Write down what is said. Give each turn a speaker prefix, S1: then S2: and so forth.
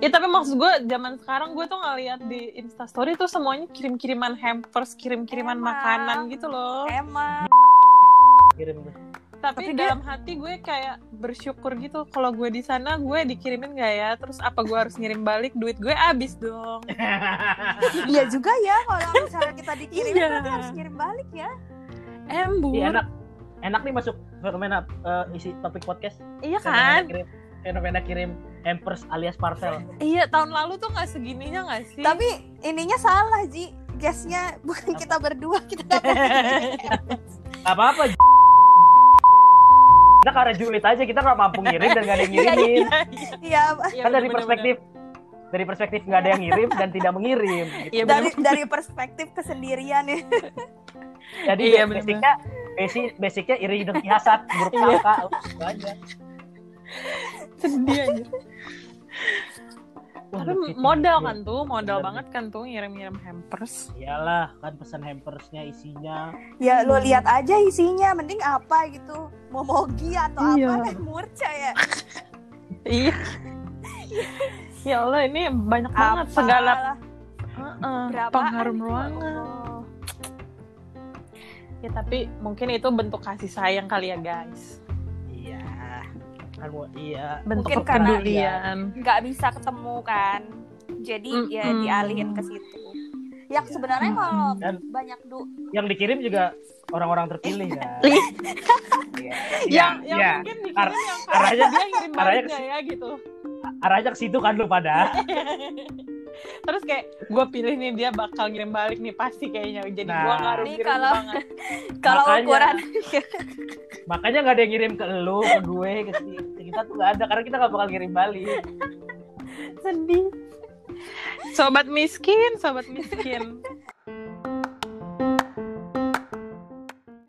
S1: Ya tapi maksud gue zaman sekarang gue tuh ngeliat di Instastory tuh semuanya kirim-kiriman hampers, kirim-kiriman
S2: Emang.
S1: makanan gitu loh.
S2: Emang
S3: kirim tuh.
S1: Tapi,
S2: Tapi dia-
S1: dalam hati gue kayak bersyukur gitu kalau gue di sana gue dikirimin gak ya? Terus apa gue harus ngirim balik? Duit gue habis dong.
S2: Iya juga ya kalau misalnya kita dikirim
S1: Iya.
S2: berarti harus kirim balik ya.
S1: Embur.
S3: Ih, enak enak nih masuk fenomena eh, isi topik podcast
S1: Iya
S3: fenomena
S1: kan?
S3: kirim fenomena kirim hampers alias parcel
S1: Iya tahun lalu tuh nggak segininya nggak sih?
S2: Tapi ininya salah Ji. Guestnya bukan kita berdua kita dapat.
S3: apa apa kita karena julid aja kita nggak mampu ngirim dan nggak ada yang
S1: Iya,
S3: ngirimin
S1: iya, iya.
S2: Iya
S1: Iya,
S3: kan dari
S1: bener-bener.
S3: perspektif dari perspektif nggak ada yang ngirim dan tidak mengirim gitu.
S1: Iya,
S2: dari dari perspektif kesendirian ya.
S3: jadi
S1: Iya, bener-bener.
S3: basicnya basic basicnya iri dengki hasad buruk sangka Itu aja.
S1: sedih aja.
S3: Wah,
S1: Tapi
S3: lucu sih.
S1: modal kan tuh, modal
S3: Bener.
S1: banget kan tuh ngirim-ngirim hampers.
S3: iyalah kan pesan hampersnya isinya
S2: Ya lo lihat aja isinya mending apa gitu. Momogi atau
S1: Iya.
S2: apa kan murca ya.
S1: Iya. ya Allah ini banyak banget
S2: Apalah,
S1: segala Heeh,
S2: berapaan
S1: pengharum
S2: itu,
S1: ruangan.
S2: ya Allah.
S1: Ya tapi mungkin itu bentuk kasih sayang kali ya guys.
S3: iya kan mau- iya
S1: Bentuk
S2: Mungkin karena-
S1: kepedulian.
S2: nggak bisa ketemu kan jadi ya
S1: Mm-mm.
S2: dialihin ke situ yang Ya, sebenarnya
S1: Mm-mm.
S2: kalau
S3: Dan-
S2: banyak du
S3: yang dikirim juga orang-orang terpilih kan
S1: Ih.
S3: Iya,
S1: Yang
S3: iya,
S1: yang
S3: iya.
S1: mungkin dikirim
S3: Ar-
S1: yang
S3: arahnya-
S1: dia ngirim
S3: arahnya
S1: balik
S3: ke
S1: nggak ya gitu.
S3: arahnya ke situ kan lu pada
S1: Terus kayak gue pilih nih dia bakal ngirim balik nih pasti kayaknya. Jadi gua gue
S3: Nah.
S1: harus
S2: Nih,
S1: ngirim
S2: kalau-
S1: banget.
S2: kalau
S3: Makanya.
S2: ukuran
S3: makanya nggak ada yang ngirim ke lu ke gue ke, si- ke kita tuh nggak ada karena kita nggak bakal ngirim balik
S1: Sedih. Sobat miskin, sobat miskin.